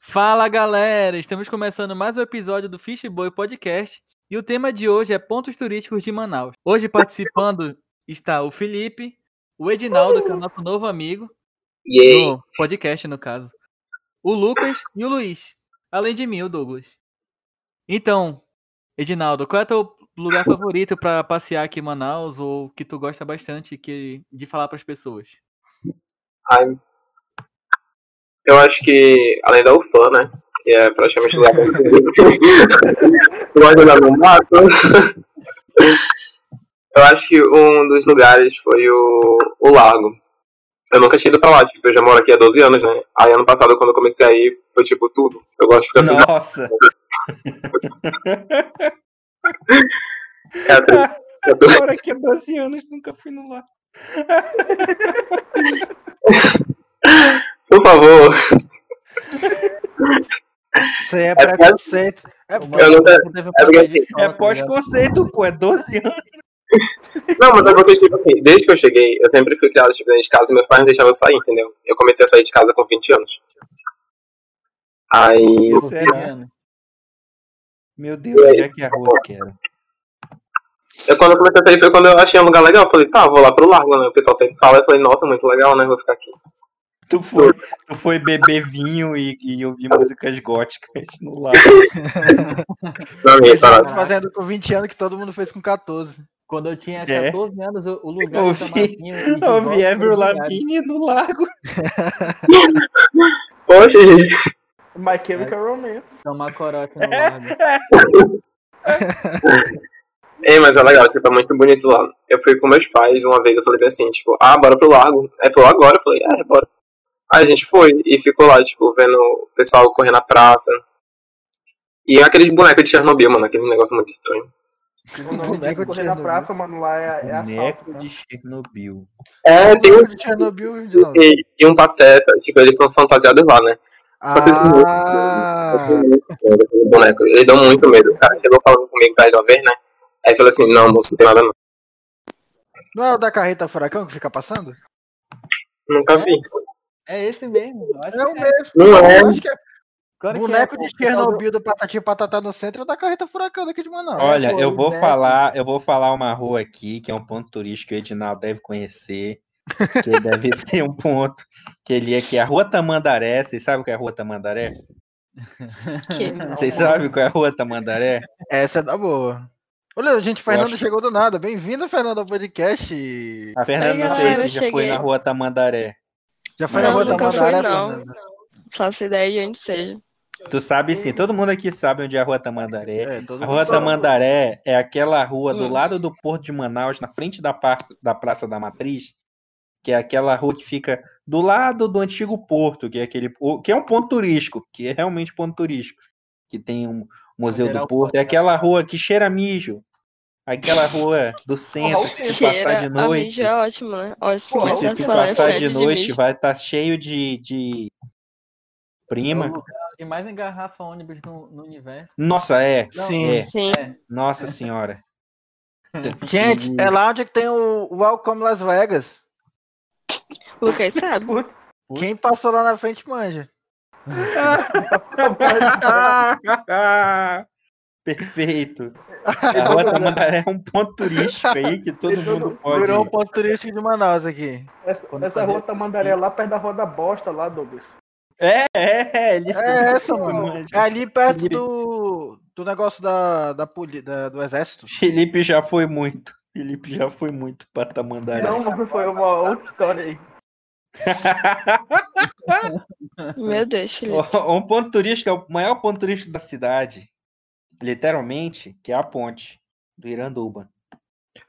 Fala galera, estamos começando mais um episódio do Fishboy Podcast e o tema de hoje é pontos turísticos de Manaus. Hoje participando está o Felipe, o Edinaldo, que é o nosso novo amigo, Yay. no podcast no caso, o Lucas e o Luiz, além de mim, o Douglas. Então, Edinaldo, qual é teu lugar favorito para passear aqui em Manaus ou que tu gosta bastante que, de falar para as pessoas? Ai. Eu acho que, além da UFAM, né? Que é praticamente o lugar mais Eu gosto de andar no mato. Eu acho que um dos lugares foi o, o lago. Eu nunca tinha ido pra lá, tipo, eu já moro aqui há 12 anos, né? Aí ano passado, quando eu comecei a ir, foi tipo tudo. Eu gosto de ficar assim, na- Nossa, é a tri- é a tri- agora que é 12 anos, nunca fui no lar. Por favor, Isso aí é pós- preconceito. É O eu nunca. Manaus teve um é papel porque de assim, escola, É tá ligado? pós-conceito, pô, é 12 anos. Não, mas é porque, tipo assim, desde que eu cheguei, eu sempre fui criado, tipo, dentro de casa e meus pais não deixavam eu sair, entendeu? Eu comecei a sair de casa com 20 anos. Aí. Será? Meu Deus, onde é que é a rua que era? Eu, quando eu comecei a sair foi quando eu achei um lugar legal. Eu falei, tá, vou lá pro largo, né? O pessoal sempre fala. Eu falei, nossa, muito legal, né? Vou ficar aqui. Tu foi, tu foi beber vinho e, e ouvir músicas góticas no lar. Na minha Eu parada. tô fazendo com 20 anos que todo mundo fez com 14. Quando eu tinha É. 14 anos, o o lugar Eu que eu vi- Ouvi Avril Lavigne no lago. Poxa, gente. My Chemical Romance. Tomar corote no lago. É, mas é legal, tipo, é muito bonito lá. Eu fui com meus pais uma vez, eu falei bem assim, tipo, ah, bora pro largo. Aí falou, agora? Eu falei, é, bora. Aí a gente foi e ficou lá, tipo, vendo o pessoal correr na praça. E aqueles bonecos de Chernobyl, mano, aquele negócio muito estranho. O nome Boneco disso de correr na Chernobyl. praça, mano, lá é, é assalto. Boneco né? de Chernobyl. É, tem um. de Chernobyl de novo. E, e um pateta, tipo, eles são fantasiados lá, né? Ah, O boneco. Eles dão muito medo. O cara chegou falando comigo pra ele uma vez, né? Aí ele falou assim, não, moço, não tem nada não. não é o da carreta furacão que fica passando? Nunca vi. É esse mesmo. eu acho É o que mesmo. Não é. Eu acho que é Claro que é, boneco pô, de o pessoal do- Chernobyl do Patati e Patatá no centro é o da carreta furacão daqui de Manaus. Olha, pô, eu vou né? falar, eu vou falar uma rua aqui, que é um ponto turístico que o Edinaldo deve conhecer, que deve ser um ponto que ele é que é a Rua Tamandaré, vocês sabem o que é a Rua Tamandaré? Vocês sabem qual é a Rua Tamandaré? Essa é da boa. Olha, gente, Fernando acho- chegou do nada. Bem-vindo, Fernando, ao podcast. A Fernanda, Aí, não sei galera, se eu já foi cheguei. na Rua Tamandaré. Já foi Não, na rua da nunca fui, Mandaré, não. Fernando? Faço ideia de onde seja. Tu sabe sim, todo mundo aqui sabe onde é a Rua Tamandaré. É, todo A Rua mundo sabe. Tamandaré é aquela rua do Hum. lado do Porto de Manaus, na frente da, par- da Praça da Matriz, que é aquela rua que fica do lado do antigo porto, que é aquele o- que é um ponto turístico, que é realmente ponto turístico, que tem um museu do Lateral porto, né? é aquela rua que cheira a mijo, aquela rua do centro, que se passar de Cheira, a noite, mídia é ótimo, né? Ótimo, Pô, que começar se a tu falar passar sério de de noite mídia. vai estar cheio de, de prima. É o lugar que mais engarrafa ônibus no, no universo. Nossa, é, Não, Sim. é, Sim, nossa senhora. Gente, é lá onde tem o Welcome Las Vegas. o é Lucas sabe. Putz. Quem passou lá na frente manja. Ah, Perfeito. A Rua Tamandaré é um ponto turístico aí que todo Deixa eu- mundo pode Virou um ir. ponto turístico de Manaus aqui. Essa, Quando essa fazer- rua Tamandaré lá perto da rua da bosta lá, Douglas. É, é, é, ele É essa, mano. Manja. É ali perto Felipe. do, do negócio da, da, poli- da- do exército. Felipe já foi muito. Felipe já foi muito pra Tamandaré. Não, mas foi uma outra história aí. Meu Deus, Felipe. O- um ponto turístico, é o maior ponto turístico da cidade, literalmente, que é a ponte do Iranduba.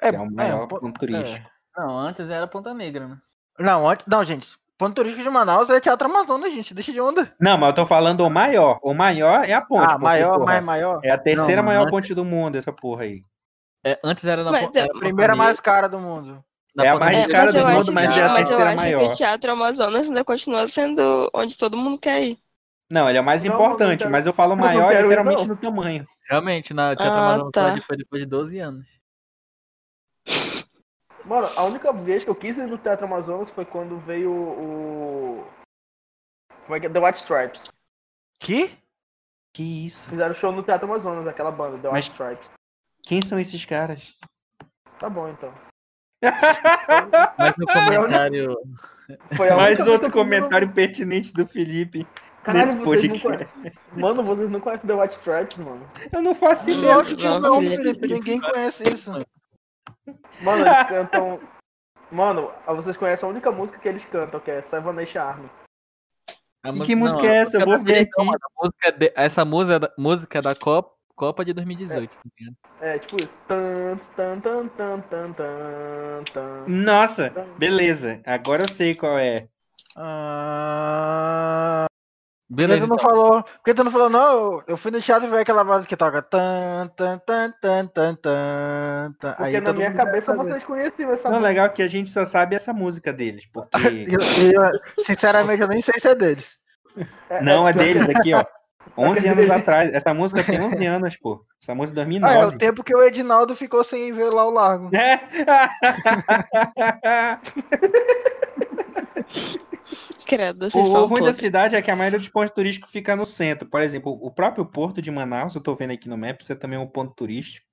É, que é o é, maior um po- ponto turístico. Não, antes era Ponta Negra, né? Não, antes, não, gente. Ponto turístico de Manaus é Teatro Amazonas, gente. Deixa de onda. Não, mas eu tô falando o maior. O maior é a ponte. ah, porque, maior, porra, mais maior. É a terceira Não, maior mas- ponte do mundo, essa porra aí. É, antes era na Mas Ponta é- era Ponta Primeira Negra, mais cara do mundo. na é a Ponta mais Negra. É, cara mas do eu mundo, acho mas que, é a mas eu terceira acho maior. que o Teatro Amazonas ainda continua sendo onde todo mundo quer ir. Não, ele é o mais Não, não importante, quero- mas eu falo não maior quero ir, literalmente não. no tamanho. Realmente, na Tia Ah, Tamandaré tá. foi depois de 12 anos. Mano, a única vez que eu quis ir no Teatro Amazonas foi quando veio o. Como é que é? The White Stripes. Que? Que isso? Fizeram show no Teatro Amazonas, aquela banda, The White Mas- Stripes. Quem são esses caras? Tá bom, então. Mas no comentário. Foi a Mais única outro música que eu não- comentário pertinente do Felipe. Caralho, nesse vocês não podcast. conhecem... Mano, vocês não conhecem The White Stripes, mano. Eu não faço ideia. Lógico que não, Felipe, Felipe. Ninguém conhece isso. Mano, eles cantam... Mano, vocês conhecem a única música que eles cantam, que é Seven Nation Army. a E que música é a essa? Eu vou da ver Copa, aqui. a música de- essa música é da, música é da Copa, Copa de 2018. tá ligado? É, tipo isso. Tan, tan, tan, tan, tan, tan, tan. Nossa, beleza. Agora eu sei qual é. Ah, Por que Beleza, tu não então. falou? Por que tu não falou, não? Eu fui no teatro e veio aquela base que toca. Tan, tan, tan, tan, tan, tan, tan. Porque na todo minha mundo cabeça sabe. vocês conheciam essa Não, música. legal que a gente só sabe essa música deles, porque Eu- eu- sinceramente, eu nem sei se é deles. não é um deles aqui, ó. 11 É anos deles. atrás. Essa música tem 11 anos, pô. Essa música de Ah, é o 2009. tempo que o Edinaldo ficou sem ver lá o largo. É. Credo, O, vocês o são ruim da todos. cidade é que a maioria dos pontos turísticos fica no centro. Por exemplo, o próprio porto de Manaus, eu tô vendo aqui no Maps, é também um ponto turístico.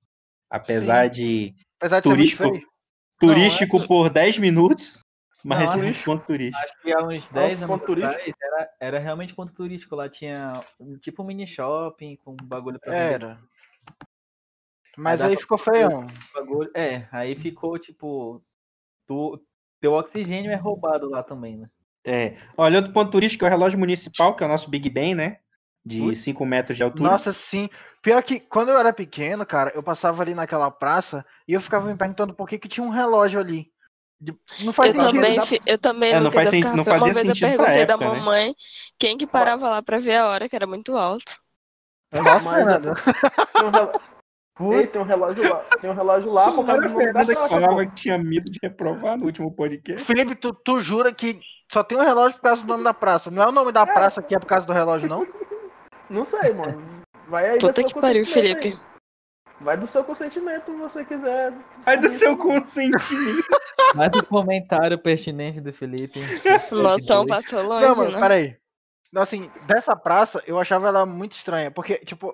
Apesar de Apesar de ser muito Turístico. feio. Não, é- turístico por 10 minutos, mas Não, é um é- ponto turístico. Acho que há uns 10 anos ponto turístico. atrás era, era realmente ponto turístico. Lá tinha um- tipo um mini shopping com bagulho pra vender. Era. Mas Mas dá aí pra- ficou feião. bagulho. É, aí ficou tipo. Tu, teu oxigênio é roubado lá também, né? É. Olha, outro ponto turístico é o relógio municipal, que é o nosso Big Ben, né? De Ui. 5 metros de altura. Nossa, sim. Pior que quando eu era pequeno, cara, eu passava ali naquela praça e eu ficava me perguntando por que, que tinha um relógio ali. De- Não faz Eu sentido. também, dá- fi- eu também, É, não Lucas, faz eu sen- ficava- não fazia uma vez eu sentido pra perguntei da época, né? mamãe quem que parava lá pra ver a hora, que era muito alto. Nossa, Mas- mano. Tem um rel- Ei, Putz, tem um relógio lá. Tem um relógio lá por causa do nome da Fernanda é que praça, pô. falava que tinha medo de reprovar no último podcast. Felipe, tu, tu jura que só tem um relógio por causa do nome da praça? Não é o nome da praça que é por causa do relógio, não? Não sei, mano. Vai aí do Puta seu que pariu, consentimento Felipe. aí. Vai do seu consentimento, se você quiser. Aí do seu um cu. consentimento. mais um comentário pertinente do Felipe. É, Noção passou longe, Não, mano, né? peraí. Não, Assim, dessa praça eu achava ela muito estranha, porque, tipo,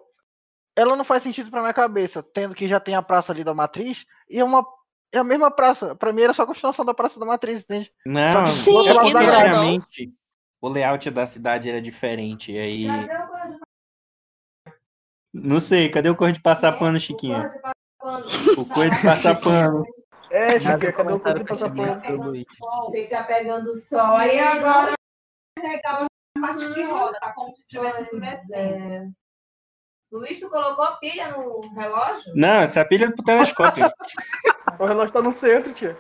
ela não faz sentido pra minha cabeça, tendo que já tem a praça ali da Matriz e é uma. É a mesma praça. Pra mim era só a continuação da Praça da Matriz, entende? Não, Sim, Bota lá e o da não, Graham. não. claramente o layout da cidade era diferente. E aí. Não sei, cadê É, o cor de passar pano, Chiquinha? O cor de passar pano. É, Mais um Chiquinha, cadê o cu comentário de passar pertinente pano? do Luiz. Você está pegando sol e agora legal na parte que roda, tá como se estivesse crescendo. Luiz, tu colocou a pilha no relógio? Não, essa pilha é pro telescópio. O relógio tá no centro, tia.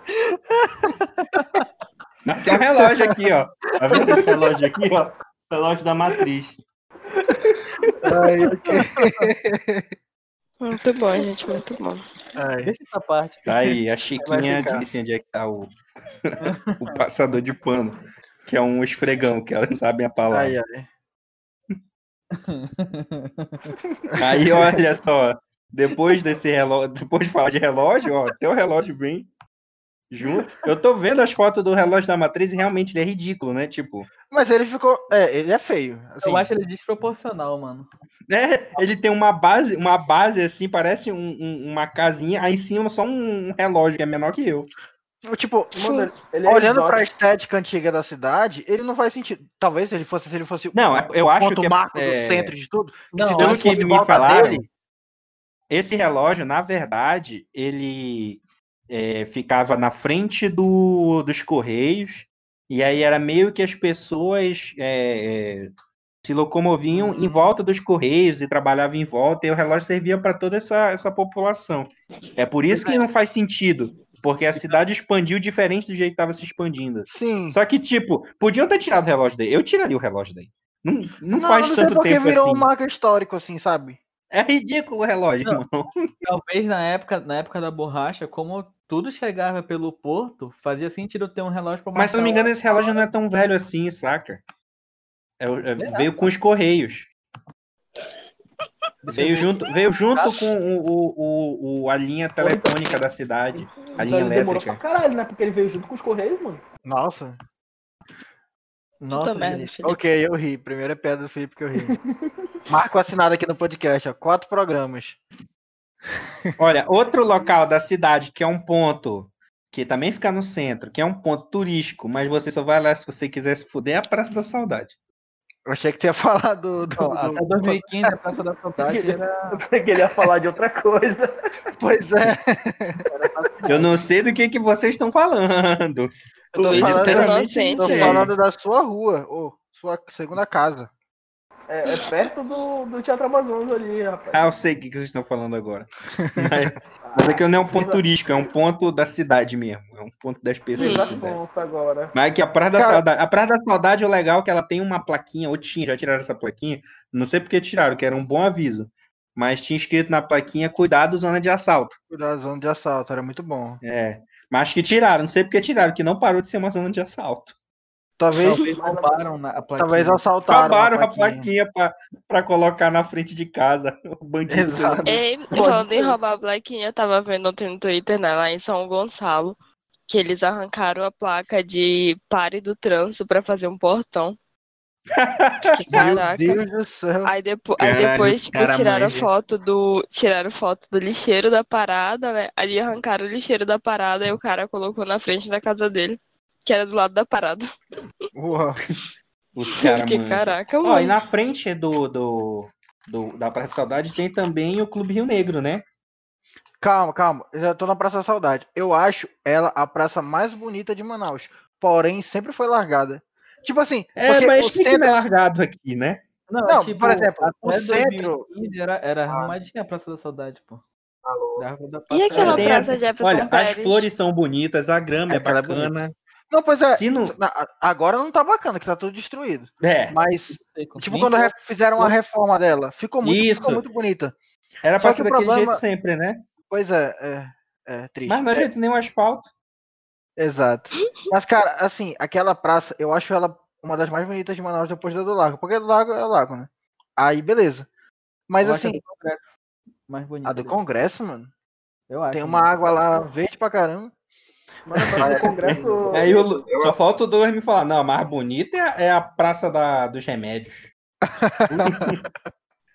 Mas tem um relógio aqui, ó. Tá vendo esse relógio aqui, ó? Relógio da matriz. Ai, Muito bom, gente, muito bom. ai. Deixa essa parte. Tá aí, a Vai Chiquinha ficar. disse onde é que tá o, o passador de pano, que é um esfregão, que elas não sabem a palavra. Ai, ai. Aí, olha só, depois desse relógio, depois de falar de relógio, ó, teu relógio vem junto. Eu tô vendo as fotos do relógio da Matriz e realmente ele é ridículo, né? Tipo, Mas ele ficou. É, ele é feio. assim. Eu acho ele desproporcional, mano. né? Ele tem uma base, uma base assim, parece um- um- uma casinha, aí em cima só um relógio que é menor que eu. Tipo, Mano, ele Tá é olhando pra exótico. estética antiga da cidade, ele não faz sentido. Talvez se ele fosse, se ele fosse Não, eu acho ponto que é- marco é- do centro de tudo. Não, se um eu não acho que fosse me igual a falaram- dele, Esse relógio, na verdade, ele é, ficava na frente do, dos Correios, e aí era meio que as pessoas é, é, se locomoviam em volta dos Correios e trabalhavam em volta, e o relógio servia para toda essa, essa população. É por isso que não faz sentido, porque a cidade expandiu diferente do jeito que estava se expandindo. sim. Só que, tipo, podiam ter tirado o relógio daí. Eu tiraria o relógio daí. Não, não, faz não sei tanto porque tempo virou assim. um marco histórico, assim, sabe? É ridículo o relógio, Não. irmão. Talvez na época, na época da borracha, como tudo chegava pelo porto, fazia sentido ter um relógio pra Mas se eu não me marcar engano, esse relógio não é tão velho assim, saca? É o- é- veio com os Correios. Deixa eu Veio ver. junto, veio junto com o, o, o- a linha telefônica da cidade. A Então linha ele demorou pra elétrica. caralho, né? Porque ele veio junto com os Correios, mano. Nossa. Nossa, Puta merda, gente. Felipe. Ok, eu ri. Primeira pedra do Felipe que eu ri. Marco assinado aqui no podcast, ó. Quatro programas. Olha, outro local da cidade que é um ponto, que também fica no centro, que é um ponto turístico, mas você só vai lá se você quiser se fuder, é a Praça da Saudade. Eu achei que tu ia falar do. do- Ó, do- até 2015 a Praça da Saudade era, Eu pensei que ele ia falar de outra coisa. Pois é. Eu não sei do que, que vocês estão falando. tá Eu tô Doido falando, pelo literalmente, tá inocente. tô gente. falando da sua rua, ou sua segunda casa. É, é perto do, do Teatro Amazonas ali, rapaz. Ah, eu sei o que, que vocês estão falando agora. Mas, mas aquilo não é um ponto turístico, é um ponto da cidade mesmo. É um ponto das pessoas. da Vila cidade. Afonso agora. Mas é que a Praça da Cara- Saudade. A Praça da Saudade, o legal é que ela tem uma plaquinha, ou tinha, já tiraram essa plaquinha. Não sei porque tiraram, que era um bom aviso. Mas tinha escrito na plaquinha, cuidado, zona de assalto. Da zona de assalto, era muito bom. É. Mas que tiraram, não sei porque tiraram, que não parou de ser uma zona de assalto. Talvez, talvez roubaram na, a plaquinha. talvez assaltaram. Acabaram a a plaquinha pra, pra colocar na frente de casa. O bandido. Exato. Ei, falando em roubar a plaquinha, eu tava vendo ontem no Twitter, né, lá em São Gonçalo, que eles arrancaram a placa de pare do trânsito pra fazer um portão. Que Meu caraca. Deus do céu. Aí, depo- aí Caralho, depois, os tipo, cara tiraram manja. foto do. Tiraram foto do lixeiro da parada, né? Aí arrancaram o lixeiro da parada e o cara colocou na frente da casa dele. Que era do lado da parada. Uau. Os Porque caras, mano. caraca, Ó, e mano. na frente do, do, do- da Praça da Saudade tem também o Clube Rio Negro, né? Calma, calma. Eu já tô na Praça da Saudade. Eu acho ela a praça mais bonita de Manaus. Porém, sempre foi largada. Tipo assim, porque o que centro- é largado aqui, né? Não, por exemplo, até o centro- 2015 era, era arrumadinha a Praça da Saudade, pô. Da Rua da E Praça- aquela Tem a- praça Jefferson Olha, as Pérez? flores são bonitas, a grama é, Aquela é bacana. Não, pois é. Se não. na- Agora não tá bacana, que tá tudo destruído. É, Mas, Sei como- tipo, nem- quando re- fizeram a reforma dela, ficou muito, ficou Isso. muito bonita. era só pra que ser o daquele problema- jeito sempre, né? Pois é, é, é triste. Mas não É, ajeita nem o asfalto. Exato. Mas, cara, assim, aquela praça, eu acho ela uma das mais bonitas de Manaus depois da do Lago. Porque do Lago é o Lago, né? Aí, beleza. Mas, eu acho assim, a do Congresso mais bonita. a do né? Congresso, mano, Eu acho. tem uma né? água lá verde pra caramba. Mano, mas o Congresso. Aí Ah, É, o Lu- só falta o Douglas me falar, não, a mais bonita é a, é a Praça da- dos Remédios.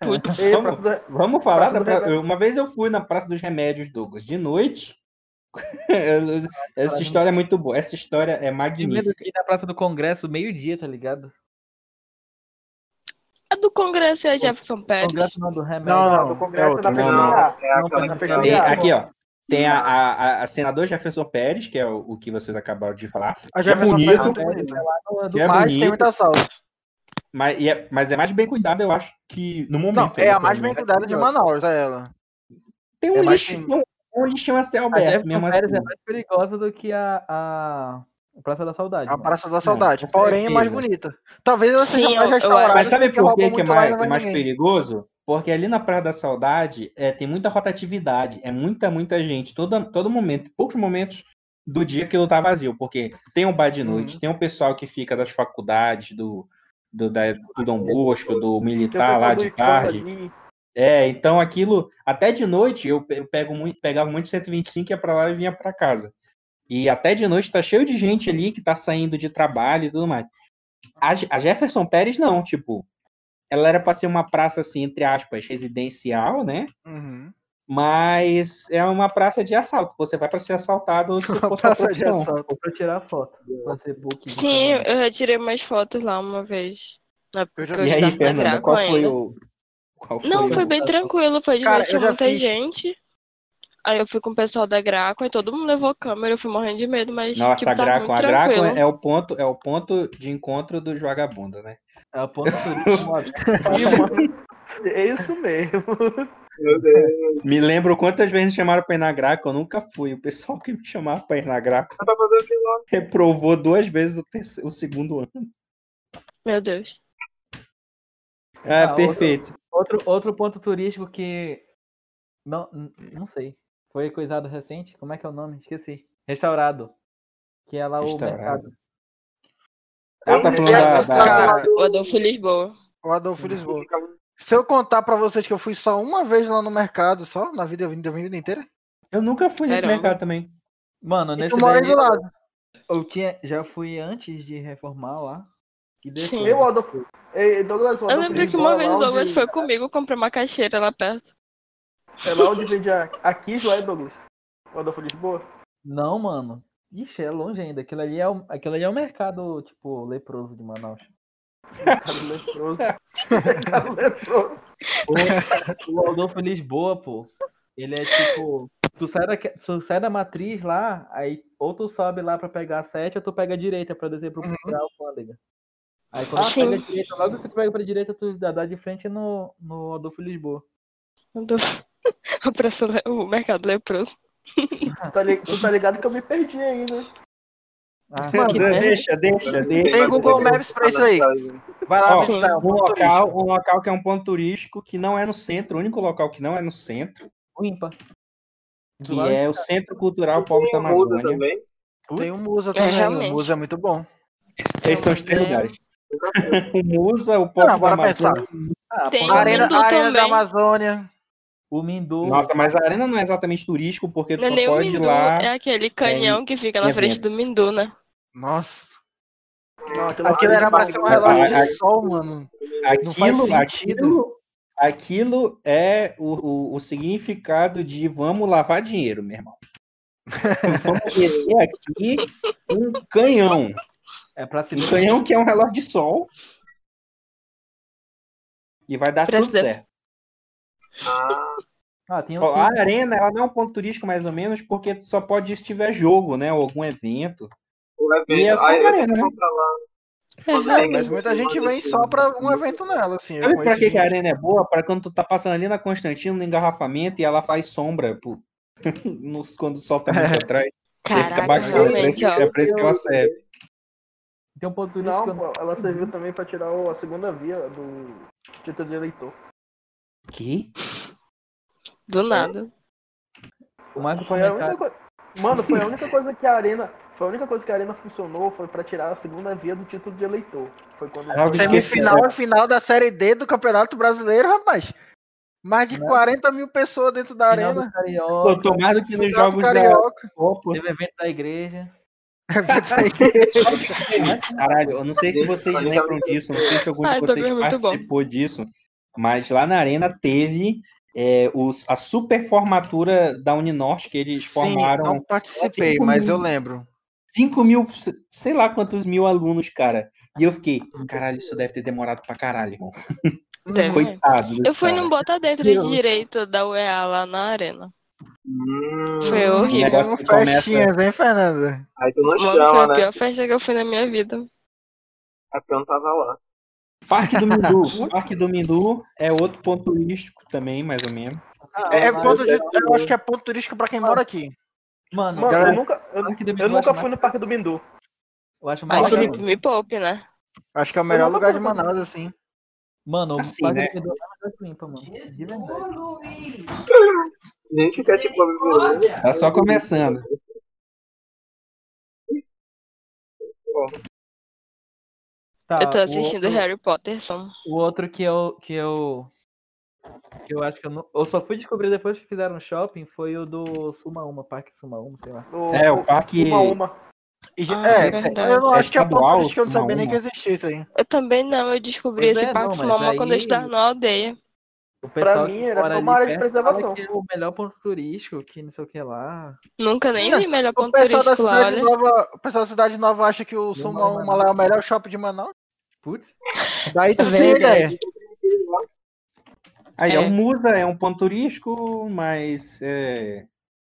Putz. Ei, Vamos, pra- vamos falar. Praça Da do pra- Remédio. Uma vez eu fui na Praça dos Remédios, Douglas, de noite. Essa história é muito boa. Essa história é Eu lembro magnífica. que na Praça do Congresso, meio-dia, tá ligado? A do Congresso é a Jefferson Pérez. Congresso não, do remédio. Não, Não, não, do Congresso é da outra, não, PGA. É Não, aquela pode que deixar. Tem, tem- Obrigado. aqui, ó. Tem a, a, a- a senador Jefferson Pérez, que é o, o que vocês acabaram de falar. A Que é Jefferson bonito. Pérez muito bonita. do- do- É mas tem bonito. É muito assalto. Mas, e é, mas é mais bem cuidado, eu acho, que no momento. né, Não, é a mais pelo bem menos. cuidada de Manaus, é ela. Tem um é mais lixo, tem um, um lixão a céu A aberto, mesmo Jefferson Pérez é assim. mais perigosa do que a, a Praça da É Saudade. né? A mano. Praça da Saudade. com Porém, é mais certeza. bonita. Talvez ela seja Sim, mais eu- eu restaurada. acho. Mas sabe porque por roubou que, que é muito lá e mais, não vai é mais ninguém. perigoso? Porque ali na Praia da Saudade é, tem muita rotatividade, é muita, muita gente. Todo, todo momento, poucos momentos do dia aquilo tá vazio, porque tem um bar de noite, tem um pessoal que fica das faculdades, do, do, da, do Dom Bosco, do Tem o militar pessoal Tá lá do de Icon tarde. ali. É, então aquilo, até de noite eu pe- eu pego muito, pegava muito 125, ia pra lá e vinha pra casa. E até de noite tá cheio de gente ali que tá saindo de trabalho e tudo mais. A, Je- a Jefferson Pérez não, tipo, ela era pra ser uma praça assim, entre aspas, residencial, né? Uhum. Mas é uma praça de assalto. Você vai pra ser assaltado ou se for sua Praça de profissão. assalto. Pra tirar foto. É. Pra ser book. né? Sim, eu retirei umas fotos lá uma vez. Na época Eu já- que eu E aí, estava na Fernanda, Graco qual foi Tá ainda. o. Qual Não, foi o- bem tranquilo, foi de Cara, noite, eu tinha já muita fiz. gente. Aí eu fui com o pessoal da Graco, aí todo mundo levou câmera, eu fui morrendo de medo, mas Nossa, tipo, a tava Graco, muito a Graco tranquilo. é o ponto, é o ponto de encontro dos vagabundos, né? É o ponto turístico. mano. É isso mesmo. Meu Deus. Me lembro quantas vezes chamaram pra ir na Graco, eu nunca fui. O pessoal que me chamava pra ir na Graco Dá pra fazer o que lá? reprovou duas vezes o, terceiro, o segundo ano. Meu Deus. É, Ah, perfeito. Outro, outro ponto turístico que. Não, n- não sei. Foi coisado recente. Como é que é o nome? Esqueci. Restaurado. Que é lá o Restaurado. mercado. Ela tá falando da, Adolfo, da- Cara, Adolfo- o Adolfo Lisboa. O Adolfo Lisboa. Fica- Se eu contar pra vocês que eu fui só uma vez lá no mercado, só na vida, da minha vida inteira, Eu nunca fui nesse Caramba. mercado também. Mano, e nesse tu mora aí daí, é, do lado. eu tinha, já fui antes de reformar lá. Que Sim. decor. Eu, Adolfo. Ei, Douglas, o Eu Adolfo lembro que Lisboa, uma vez lá o Douglas onde- foi comigo comprar uma caixeira lá perto. É lá onde vende a... aqui já é Douglas. O Adolfo Lisboa. Não, mano. Ixi, é longe ainda. Aquilo ali é o, aquilo ali é o mercado, tipo, leproso de Manaus. Cara leproso. Cara leproso. O, o Adolfo Lisboa, pô. Ele é tipo. Tu sai, da, tu sai da matriz lá, aí ou tu sobe lá pra pegar a 7, ou tu pega a direita pra descer pro pra alfândega. Aí quando Ah, tu pega a sim. direita, logo que tu pega pra direita, tu dá, dá de frente no, no Adolfo Lisboa. Andou- a praça le- o mercado leproso. Tu tá li- Tu tá ligado que eu me perdi ainda. Ah, Mano, merda. deixa, deixa, deixa. Tem Google Maps pra isso aí. Vai lá Ó, visitar. é Um local, um local que é um ponto turístico que não é no centro, o único local que não é no centro, o ímpar. que é o Centro Cultural Povos da Tem muda Amazônia. também. Tem um, o Musa É, também. o realmente. Musa é muito bom. Esses são os três Tem- lugares. O Musa, o Povo Não, da bora Amazônia. Ah, Tem um pô, o Arena, Mindu Arena da também. Amazônia. o Mindu. Nossa, mas a arena não é exatamente turístico, porque tu Não é só nem o pode ir Mindu, lá. é aquele canhão que fica na frente do eventos. Mindu, né? Nossa. Não, aquilo, Aquilo era pra ser um relógio de sol, mano. Não faz Aquilo, sentido. aquilo, aquilo é o, o, o significado de vamos lavar dinheiro, meu irmão. Vamos meter aqui um canhão. É pra se Um canhão que é um relógio de sol. E vai dar Parece tudo deve- certo. Ah, tem o Ó, A Cid. arena, ela não é um ponto turístico mais ou menos, porque tu só pode ir se tiver jogo, né? Ou algum evento. O E é evento. só Aí uma eu arena, né? vou pra lá. É. É, mas muita gente vem só pra um evento nela, assim. Eu Sabe pra conheço que, que a gente. arena é boa? Pra quando tu tá passando ali na Constantino, no engarrafamento, e ela faz sombra pô. Nos- quando o sol tá muito atrás. Ele fica Caraca, bacana, é pra realmente, isso, ó. né? é pra isso que ela serve. Tem um ponto turístico. Não, pô, ela serviu também pra tirar o- a segunda via do título de eleitor. Que? Do nada. mais um Foi a comentário. única coisa. Mano, foi a única coisa que a arena. Foi a única coisa que a arena funcionou foi pra tirar a segunda via do título de eleitor. Foi quando. Ah, eu esqueci. Semifinal e final da Série D do Campeonato Brasileiro, rapaz. Mais de Né? Não. 40 mil pessoas dentro da Final arena. do Carioca, Pô, tô mais do que nos Campeonato jogos da tá Carioca. Copa. teve evento da igreja. Caralho, eu não sei se vocês lembram disso, não sei se algum Ai, de vocês Douglas, muito bom. participou disso, mas lá na Arena teve é, os- a super formatura da Uninorte, que eles Sim, então. formaram um não participei, mas eu lembro. 5 mil, sei lá quantos mil alunos, cara. E eu fiquei, caralho, isso deve ter demorado pra caralho, irmão. Hum. Deve. Coitado. Eu fui É. no num bota dentro de direito da UEA lá na arena. Foi Hum, horrível. negócio que começa- festinhas, hein, Fernanda? Aí tu não Mano, foi chama, a né? pior festa que é. eu fui na minha vida. É porque eu não tava lá. Parque do Mindu. Parque do Mindu é outro ponto turístico também, mais ou menos. É mas- ponto de, eu acho que é ponto turístico pra quem mora aqui. Mano, Mano, Galera, eu nunca. Eu, Parque do Mindu eu eu nunca acho fui no Parque do Bindu. eu acho mais Mas legal. Felipe, me poupe, né? Acho que é o melhor não vou lugar de pra- Manaus, assim. Mano, o Assim, Parque né? do Pedro é mais limpa, mano. De verdade. Jesus, Luiz. Gente, que é tipo. Misericórdia. Tá só começando. Tá, Eu tô o outro- assistindo Harry Potter, só. um O outro que eu. Que eu, que eu acho que eu não. Eu só fui descobrir depois que fizeram o shopping foi o do Sumaúma, Parque Sumaúma, sei lá. O- É, o parque. Uma uma. E ge- Ah, é, é verdade. eu não É acho que é ponto estadual, turístico, eu não sabia não, nem que mano. existia isso aí. Eu também não, eu descobri Pois esse é, parque não, mas Sumamá quando eu aí- estava na aldeia. O pessoal mim que era mora só uma ali área de perto fala preservação. Que é o melhor ponto turístico, que não sei o que lá. Nunca nem É, vi melhor O ponto pessoal da turístico lá, né? Cidade olha. Nova, o pessoal da Cidade Nova acha que o moro em Suma Uma Manaus. lá é o melhor shopping de Manaus. É, Putz, Daí tu tem Verdade. ideia. Aí é É. um Musa, é um ponto turístico, mas. É.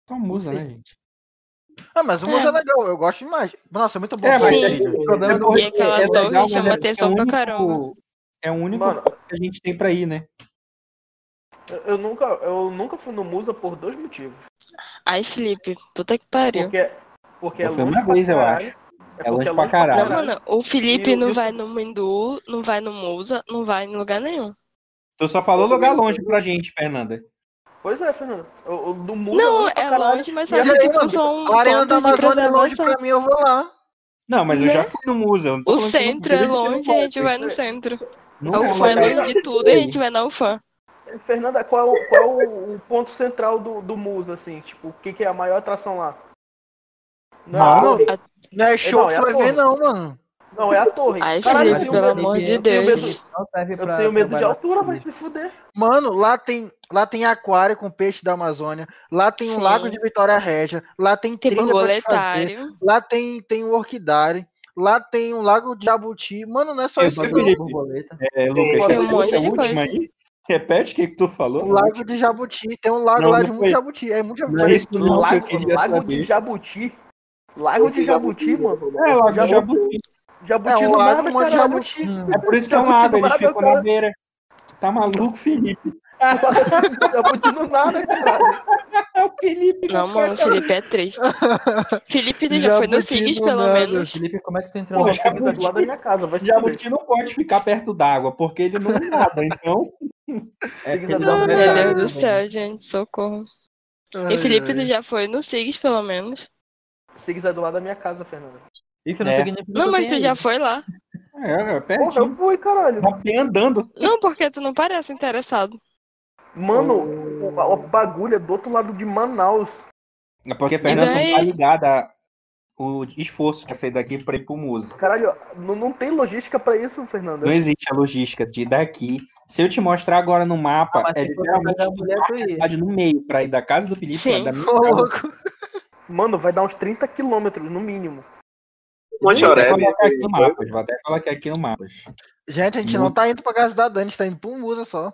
Só Musa, né, gente? Ah, mas o museu É. é legal, eu gosto demais. Nossa, é muito bom É, fazer mas Sim. trilha. o problema É do porque E aquela é torre legal, mas é porque chama é o atenção pra único. caramba. É o único Mano. que a gente tem pra ir, né? Eu, eu nunca, eu nunca fui no Musa por dois motivos. Ai, Felipe, puta que pariu. Porque, porque é Eu fui longe uma vez, eu pra caralho. É longe porque pra caralho. Não, mano, o Felipe E o- e não o- vai no Mindu, não vai no Musa, não vai em lugar nenhum. Tu só falou lugar longe pra gente, Fernanda. Pois é, Fernando. O, o do Musa Não, longe pra é caralho. longe, mas E só a que aí, tipo, mano, são A Arena da pontos de Amazônia é longe preservação. pra mim, eu vou lá. Não, mas eu Né? já fui no Musa. eu não tô O falando que eu não centro é fui, que eu não longe, vou. a gente vai no centro. Não A é um UFAM é lugar longe de tudo e a gente vai um na UFAM. Fernanda, qual, é o- qual é o, o ponto central do, do Musa, assim? Tipo, o que, que é a maior atração lá? Não, a torre? Não é show não, que é tu a vai ver, torre. não, mano. Não, é a torre. Ai, Caralho, eu Felipe, tenho pelo medo- amor de eu tenho Deus. medo- Não serve Eu pra tenho medo de trabalhar altura com pra isso. me fuder. Mano, lá tem, lá tem aquário com peixe da Amazônia, lá tem um Sim. lago de Vitória Régia, lá tem, Tem trilha pra te fazer, borboletário. lá tem, tem um orquidário, lá tem um lago de jabuti. Mano, não é só Eu isso sei, Bota não. uma Felipe. borboleta. É, Lucas, Tem um repete monte a de última coisa. aí? Repete o que, que tu falou? Um lago de jabuti, tem um lago Não, lá não de muito foi. jabuti, é muito Não é jabuti. isso não que eu Lago, queria lago de saber. jabuti. Lago de jabuti, mano. É, Lago de Jabuti. Jabuti. É Jabuti um no mar, lago, um caralho. monte de jabuti. Hum. É por isso que é uma Jabuti água, no ele mar, ficou cara. na beira. Tá maluco, Felipe? Jabuti no nada, caralho. É o Felipe. Não, mano, Felipe é triste. Felipe tu já foi no Jabuti Sigis, do pelo nada. menos. Felipe, como é que tu entrou Pô, no Jabuti tá do lado da minha casa, vai se fuder. Jabuti não pode ficar perto d'água, porque ele não nada, então... É Sigis porque ele é dorme do lado na da Meu minha casa Deus do casa. também. céu, gente, socorro. Ai, E Felipe, ai. tu já foi no Sigis, pelo menos. Sigis é do lado da minha casa, Fernando. Isso não É. significa Não, que mas tem tu aí. já foi lá. É, é Porra, pertinho. eu fui, caralho. Tá bem andando. Não, porque tu não parece interessado. Mano, o, o bagulho é do outro lado de Manaus. É porque Fernando não tá daí? ligado a... o esforço que é sair daqui pra ir pro Musa. Caralho, não, não tem logística pra isso, Fernando. Não existe a logística de ir daqui. Se eu te mostrar agora no Ah, mapa, mas é se fosse literalmente pegar a mulher, tu a ia. cidade no meio, pra ir da casa do Felipe, pra Sim. da minha Ô, casa. louco. Mano, vai dar uns 30 quilômetros no mínimo. Vou até Monchoré, colocar aqui no mapa, vou até colocar aqui no mapa. Gente, a gente não tá indo pra casa da Dani, a gente tá indo pro Musa só.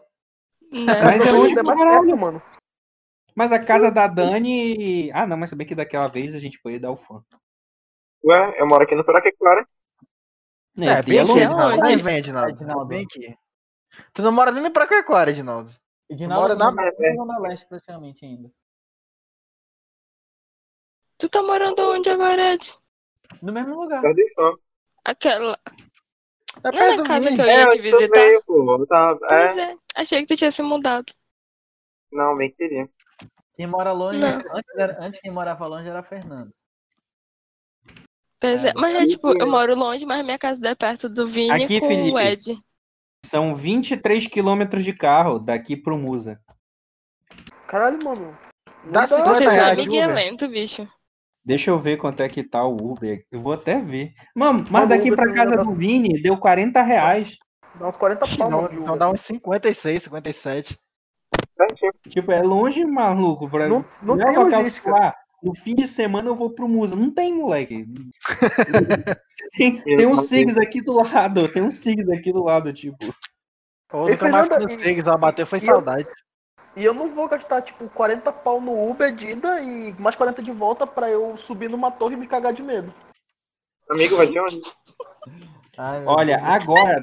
Né? Mas é Essa longe coisa pra mais caralho. perto, mano. Mas a casa da Dani. Ah, não, mas sabia que daquela vez a gente foi dar o fã. Ué, eu moro aqui no Piraquiclara. É, bem Né, e aqui, longe, Edinaldo. é Aí longe. vem, Tá Edinaldo. Edinaldo. Bem aqui. Tu não mora nem no Praquequara, Edinaldo. E mora Dinaldo na- mora na Zona Leste praticamente ainda. Tu tá morando onde agora, Ed? No mesmo lugar. Perto de fã. Aquela. É Não é perto na do casa que Vini. eu É, ia eu te estou visitar? meio, pô. Eu tava- Pois É, é. Achei que tu tinha se mudado. não, bem queria. Quem mora longe, Não. antes, era- antes quem morava longe era Fernando. Pois É, é. Mas é aí tipo, eu foi. moro longe, mas minha casa é perto do Vini Aqui, com o Felipe. Ed. São 23 quilômetros de carro daqui pro Musa. Caralho, mano. Não Dá dá. 50 Vocês reais sabem de que é Uber. lento, bicho. Deixa eu ver quanto é que tá o Uber. Eu vou até ver. Mano, mas Mano, daqui Uber pra tem um casa do negócio- Vini deu 40 reais. Dá uns 40 Ixi, pau, não, mano, de então Uber. dá uns 56, 57. Certinho. Tipo, é longe, maluco. Pra... Não, Não não é tem o local logística. lá. No fim de semana eu vou pro Musa. Não tem, moleque. Tem, tem um Sigs aqui do lado. Tem um Sigs aqui do lado, tipo. Ô, E nunca mais fui Fernanda, no e- Segs, ó, bateu, foi e eu- saudade. E eu não vou gastar, tipo, 40 pau no Uber de ida e mais 40 de volta pra eu subir numa torre e me cagar de medo. Amigo, vai de onde? Ai, meu Olha, ah, Deus. agora,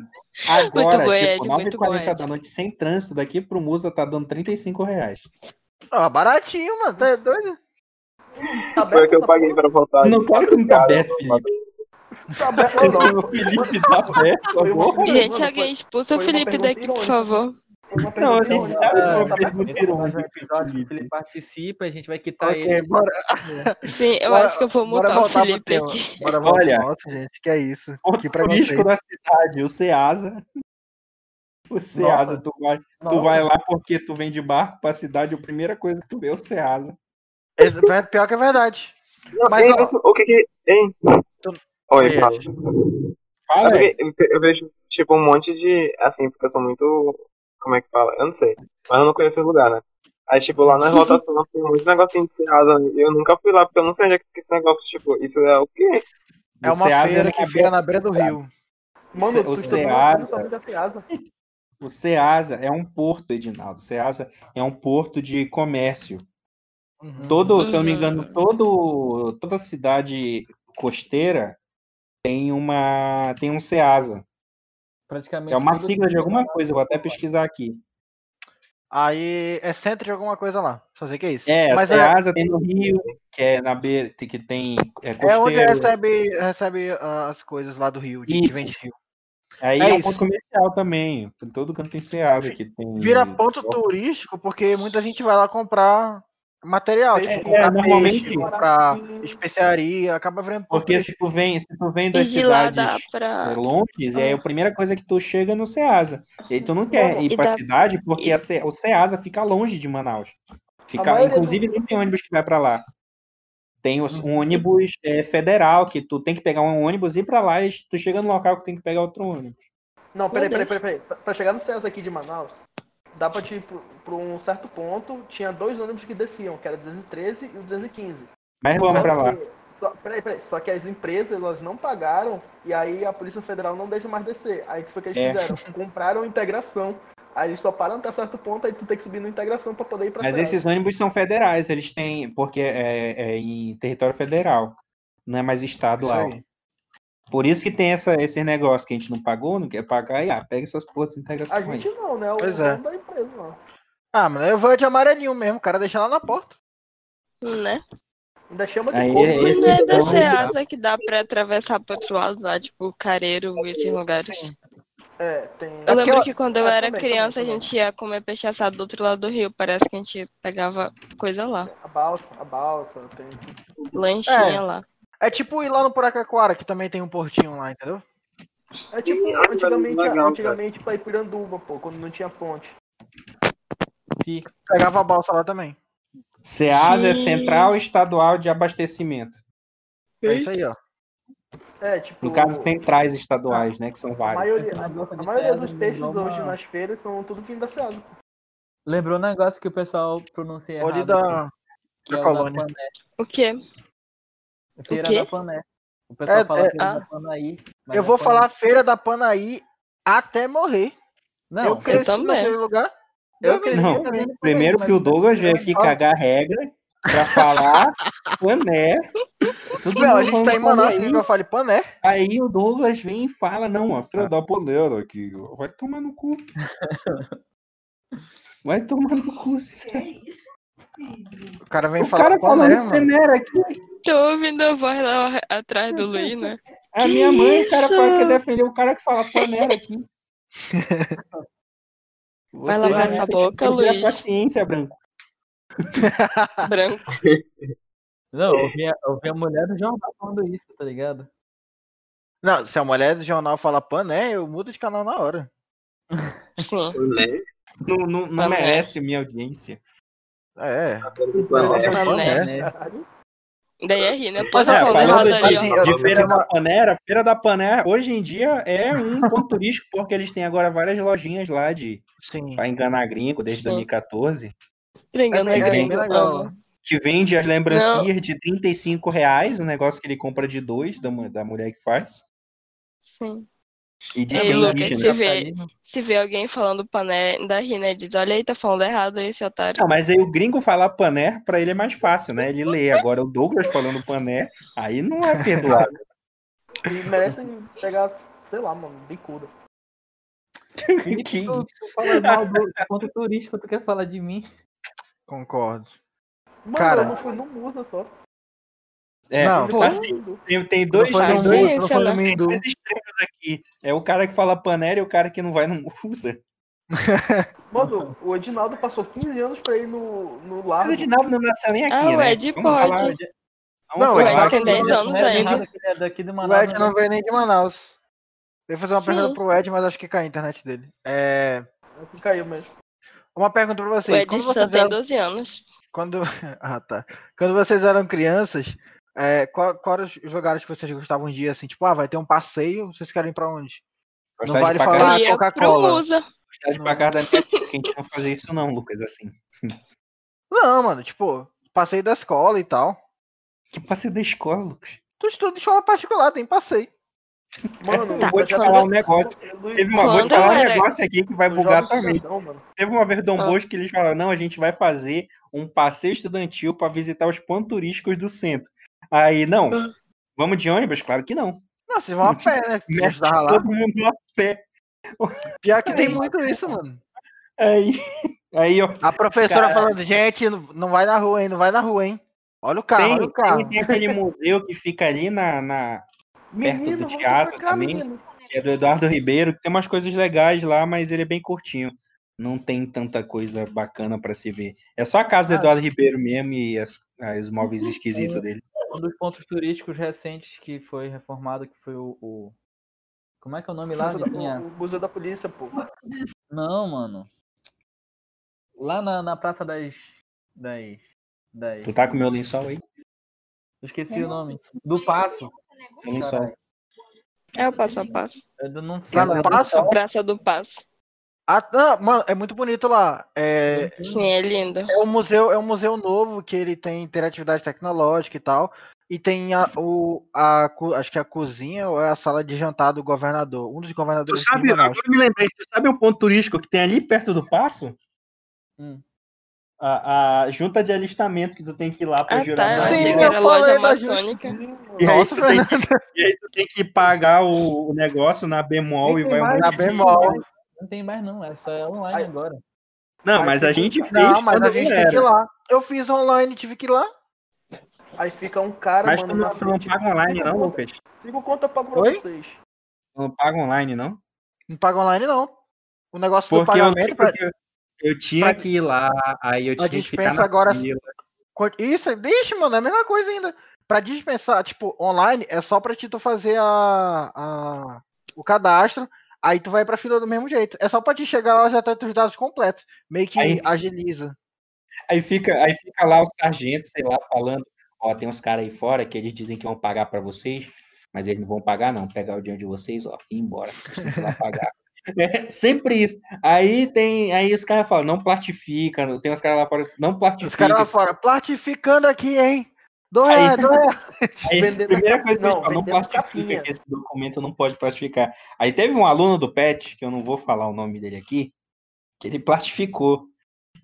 agora, Muito bom, tipo, Ed, muito bom, 9h40 Ed. da noite, sem trânsito, daqui pro Musa tá dando 35 reais. Ó, baratinho, mano, tá doido? Tá Foi o aberto que eu essa paguei porra? pra voltar. Não, claro que não tá aberto, Felipe. Tá aberto ou não? O Felipe tá aberto Foi uma agora. pergunta, Gente, mano, alguém expulsa o foi uma Felipe pergunta daqui, por irônica. favor. foi uma Não, a pergunta gente irônica. sabe que Tá é Ah, uma pergunta aberto. Esse é mais um irônica, episódio que o Felipe Felipe. participa, a gente vai quitar Ok, ele. bora, Sim, eu bora, acho que eu vou bora mutar o voltar pro Felipe tema. aqui. Bora voltar. Olha. Nossa, gente, que é isso? Que Ponto turístico preconceito. da cidade, o Ceasa. O Ceasa, Nossa. tu vai, tu Nossa. vai lá porque tu vem de barco pra cidade, a primeira coisa que tu vê é o Ceasa. Esse- Pior que é verdade. Não, Mas, ei, ó, mas o que que. Hein? Tu- Oi, Oi, fala. Ed. É Fala, Ed. porque eu ve- eu vejo, tipo, um monte de. Assim, porque eu sou muito. Como é que fala? Eu não sei. Mas eu não conheço os lugares, né? Aí, tipo, lá na rotação tem muito negocinho de Ceasa. e Eu nunca fui lá, porque eu não sei onde é que fica esse negócio. Tipo, isso é o quê? É O uma Ceasa feira é que na fica na beira do rio. Mano, O tu é estudou na Ceasa. vida sobre a Ceasa. O Ceasa é um porto, Edinaldo. O Ceasa é um porto de comércio. Uhum. Todo, se eu não me Uhum. engano, todo, toda cidade costeira tem uma tem um Ceasa. Praticamente É uma tudo sigla de que alguma tem lá. coisa, eu vou até pesquisar aqui. Aí é centro de alguma coisa lá. Só sei que é isso. É, Mas é, Ceasa tem no Rio, que é na beira, que tem é é onde costeiro. recebe, recebe ah, as coisas lá do Rio, de que Isso. vem de rio. Aí É é um isso. ponto comercial também. Em todo canto tem Ceasa que tem. Vira ponto turístico porque muita gente vai lá comprar material, Peixe. tipo, É, comprar peixe, normalmente- comprar especiaria, acaba virando ponto Porque assim- turístico. se tu vem, se tu vem E das de lá dá cidades é, pra. longes, e aí a primeira coisa que tu chega é no Ceasa. E aí tu não quer Mano, ir e pra dá- cidade porque e- a Ce- o Ceasa fica longe de Manaus. A Fica, um maioria inclusive, nem tem ônibus que vai pra lá. Tem os- Uhum. um ônibus é, federal que tu tem que pegar um ônibus e ir pra lá e tu chega no local que tem que pegar outro ônibus. Não, peraí, Meu peraí, peraí, peraí. Pra- Pra chegar no César aqui de Manaus, dá pra te ir pro- pra um certo ponto, tinha dois ônibus que desciam, que era o 213 e o 215. Mas vamos Uhum. Só pra lá. que- Só, peraí, peraí. Só que as empresas, elas não pagaram, e aí a Polícia Federal não deixa mais descer. Aí o que foi que eles É. fizeram? Compraram integração. Aí eles só param até certo ponto, aí tu tem que subir na integração pra poder ir pra Mas César. esses ônibus são federais, eles têm, porque é, é em território federal, não é mais estadual. Isso aí. Por isso que tem essa, esse negócio que a gente não pagou, não quer pagar, e ah, pega essas porras de integração A aí. gente não, né? O Pois dono é. da empresa, não. Ah, mano, eu vou de amarelinho mesmo, o cara deixa lá na porta. Né? Ainda chama de Aí, corno, é né? Mas Esses é da são- Ceasa que dá pra atravessar pro outro lado lá, tipo, Careiro, esses lugares. Sim. É, tem. Eu lembro Aquela- que quando eu Ah, era também, criança, a também, gente ia comer peixe assado do outro lado do rio. Parece que a gente pegava coisa lá, A balsa, a balsa, tem. lanchinha É. lá. É tipo ir lá no Puracaquara, que também tem um portinho lá, entendeu? É tipo, acho antigamente, legal, cara. antigamente pra Ipiranduba, pô, quando não tinha ponte. Pegava a balsa lá também. SEASA é Sim. Central Estadual de Abastecimento. É isso aí, ó. É, tipo. No caso, centrais estaduais, né? Que são A vários. maioria, a, Lembrou a maioria dos um peixes nome- hoje nas feiras são tudo vindo da Seasa. Lembrou um negócio que o pessoal pronuncia errado. Olho aqui, da, que é da o da colônia. Pané. O quê? Feira quê? da Pané. O pessoal É, fala é, feira da ah. Panaí. mas Eu é vou Pané. falar Feira da Panaí até morrer. Não, eu cresci também. naquele lugar. eu eu cresci não. também no Primeiro Panaí, que o mas- Douglas veio aqui Ó. cagar regra pra falar Pané. Todo Não, a mundo gente falando tá em Manaus, Pané. que eu falei Pané. Aí o Douglas vem e fala, não, Ah. a filha da poneira aqui, ó, vai tomar no cu. Vai tomar no cu. sério. O cara vem O falar cara Pané, falando mano. peneira aqui. Tô ouvindo a voz lá atrás do Luiz, né? A Que minha mãe, o cara isso? fala que defendeu o cara que fala panera aqui. Vai Você lavar já me essa fez boca, perder Luiz. a paciência, Branco. Branco. Não, eu vi, a, eu vi a mulher do jornal falando isso, tá ligado? Não, se a mulher do jornal fala Pané, eu mudo de canal na hora. Sim. Né? Não, não, não Pané. merece minha audiência. É. Pané. Daí é rir, né? Pode É, estar falando falando errado de- ali, ó. de- eu- De Feira eu- da Panera, Feira da Panera hoje em dia é um ponto turístico, porque eles têm agora várias lojinhas lá de Sim. pra enganar gringo desde Sim. 2014. Pringando É a bem- é bem gringo, legal, amo. que vende as lembrancinhas de 35 reais, um negócio que ele compra de dois da, mu- da mulher que faz. Sim. E diz que Ei, é Lucas, se indígena. vê, se vê alguém falando pané, ainda ri, né? Diz, olha aí, tá falando errado esse otário. Não, Então, mas aí o gringo falar pané, pra ele é mais fácil, né? Ele lê. Agora o Douglas falando pané, aí não é perdoado. E merecem pegar, sei lá, mano, bicuda. que é tipo, Tu, isso? tu fala mal do ponto turístico, tu quer falar de mim? Concordo. Mano, Cara. eu não fui no Musa só. É, Não, Pô. assim, tem, tem dois, Ah, não foi um tem no dois, mundo, não foi no né? Mindu. dois extremos aqui. É o cara que fala pané e o cara que não vai no usa. Mano, o Edinaldo passou 15 anos pra ir tá no, no assim. Mas o Largo. Edinaldo não nasceu nem aqui, Ah, o né? Ed Vamos falar, pode. Ed- Não, falar o Edinaldo que tem 10 anos Não era ainda. errado que ele é daqui de O Manaus. Ed né? não veio nem de Manaus. Eu ia fazer uma Sim. pergunta pro Ed, mas acho que caiu a internet dele. É. que Caiu mesmo. Uma pergunta pra O vocês. Ed Quando só vocês tem eram 12 anos. Quando, ah, tá. Quando vocês eram crianças, é, qual, qual eram os lugares que vocês gostavam de ir assim? Tipo, ah, vai ter um passeio, vocês querem ir pra onde? Gostar Não de vale pra falar- caralho. Ah, Eu ia é pro Coca-Cola. Musa. Gostar de pra casa da minha tia, que a gente não fazia isso não, Lucas, assim. Não, mano, tipo, passeio da escola e tal. Que passeio da escola, Lucas. Tu estuda em escola particular, tem passeio. Mano, Tá, eu vou te quando- falar um negócio. Teve uma, vou te Quando eu falar um era- negócio aqui que vai bugar também. Mano. Teve uma vez Dom Ah. Bosco que eles falaram, não, a gente vai fazer um passeio estudantil para visitar os pontos turísticos do centro. Aí, não, Ah. vamos de ônibus? Claro que não. Não, vocês vão a pé, né? Tu Mete estudava lá. todo mundo a pé. Pior que tem muito isso, mano. Aí, aí ó, A professora Caralho. falando, gente, não- não vai na rua, hein? Não vai na rua, hein? Olha o Tá, carro, tem, olha o carro. tem, tem aquele museu que fica ali na, na- Perto do Menino, volta teatro pra cá, também. menino. que é do Eduardo Ribeiro, que tem umas coisas legais lá, mas ele é bem curtinho. Não tem tanta coisa bacana para se ver. É só a casa Ah. do Eduardo Ribeiro mesmo e as, as móveis Uhum. esquisitos dele. Um dos pontos turísticos recentes que foi reformado, que foi o. o- Como é que é o nome lá? onde Museu da- tinha- O Museu da Polícia, pô. Não, mano. Lá na, na Praça das. Das. das... Tu tá com meu lençol aí? Eu esqueci o nome. Do passo. Sim, só. É o passo a passo. Eu não sei. Lá no Passo? Praça do Passo. Ah, não, mano, é muito bonito lá. É, Sim, é lindo. Uhum. é um museu, é um museu novo que ele tem interatividade tecnológica e tal. E tem a, o, a, co- acho que é a cozinha ou é a sala de jantar do governador. Um dos Tu governadores aqui sabe, de Manaus. agora eu me lembrei, tu sabe o ponto turístico que tem ali perto do passo? Hum. A, a junta de alistamento que tu tem que ir lá pra Ah, jurar. tá. Eu na achei Sim, que eu era falei loja da justa. maçônica. E aí, Nossa, tu tem Fernando, que, e aí tu tem que pagar o, o negócio na bemol e, Tem vai um mais, na monte de- bemol. Não tem mais não, essa é online Aí- agora. Não, mas a gente fez Não, mas quando a gente eu tem que ir era. lá. Eu fiz online, tive que ir lá. Aí fica um cara, Mas tu mano, não, na tu não frente. paga online Cinco não, conto- Lucas? Cinco conto eu pago pra Oi? vocês. Tu não paga online não? Não paga online, não. O negócio do Porque eu, pagamento pra, eu, eu tinha pra- que ir lá, aí eu pra tinha que ficar dispensa na agora- fila. Quan- Isso, deixa, mano, é a mesma coisa ainda. Pra dispensar, tipo, online é só pra ti tu fazer a, a- o cadastro, aí tu vai pra fila do mesmo jeito. É só pra ti chegar lá já ter os dados completos. Meio que Aí- agiliza. Aí fica, aí fica lá o sargento, sei lá, falando, ó, tem uns caras aí fora que eles dizem que vão pagar pra vocês, mas eles não vão pagar não, pegar o dinheiro de vocês, ó, e ir embora, vocês têm que ir lá pagar. É sempre isso. Aí tem, aí os caras falam, não plastifica, não- tem uns caras lá fora, não plastifica. Os caras lá fora, platificando aqui, hein? Dois Aí- reais, dois reais. Aí, Vendendo primeira cap- coisa que não, eles falam, não vendendo plastifica, capinha. que esse documento não pode plastificar. Aí teve um aluno do PET, que eu não vou falar o nome dele aqui, que ele plastificou.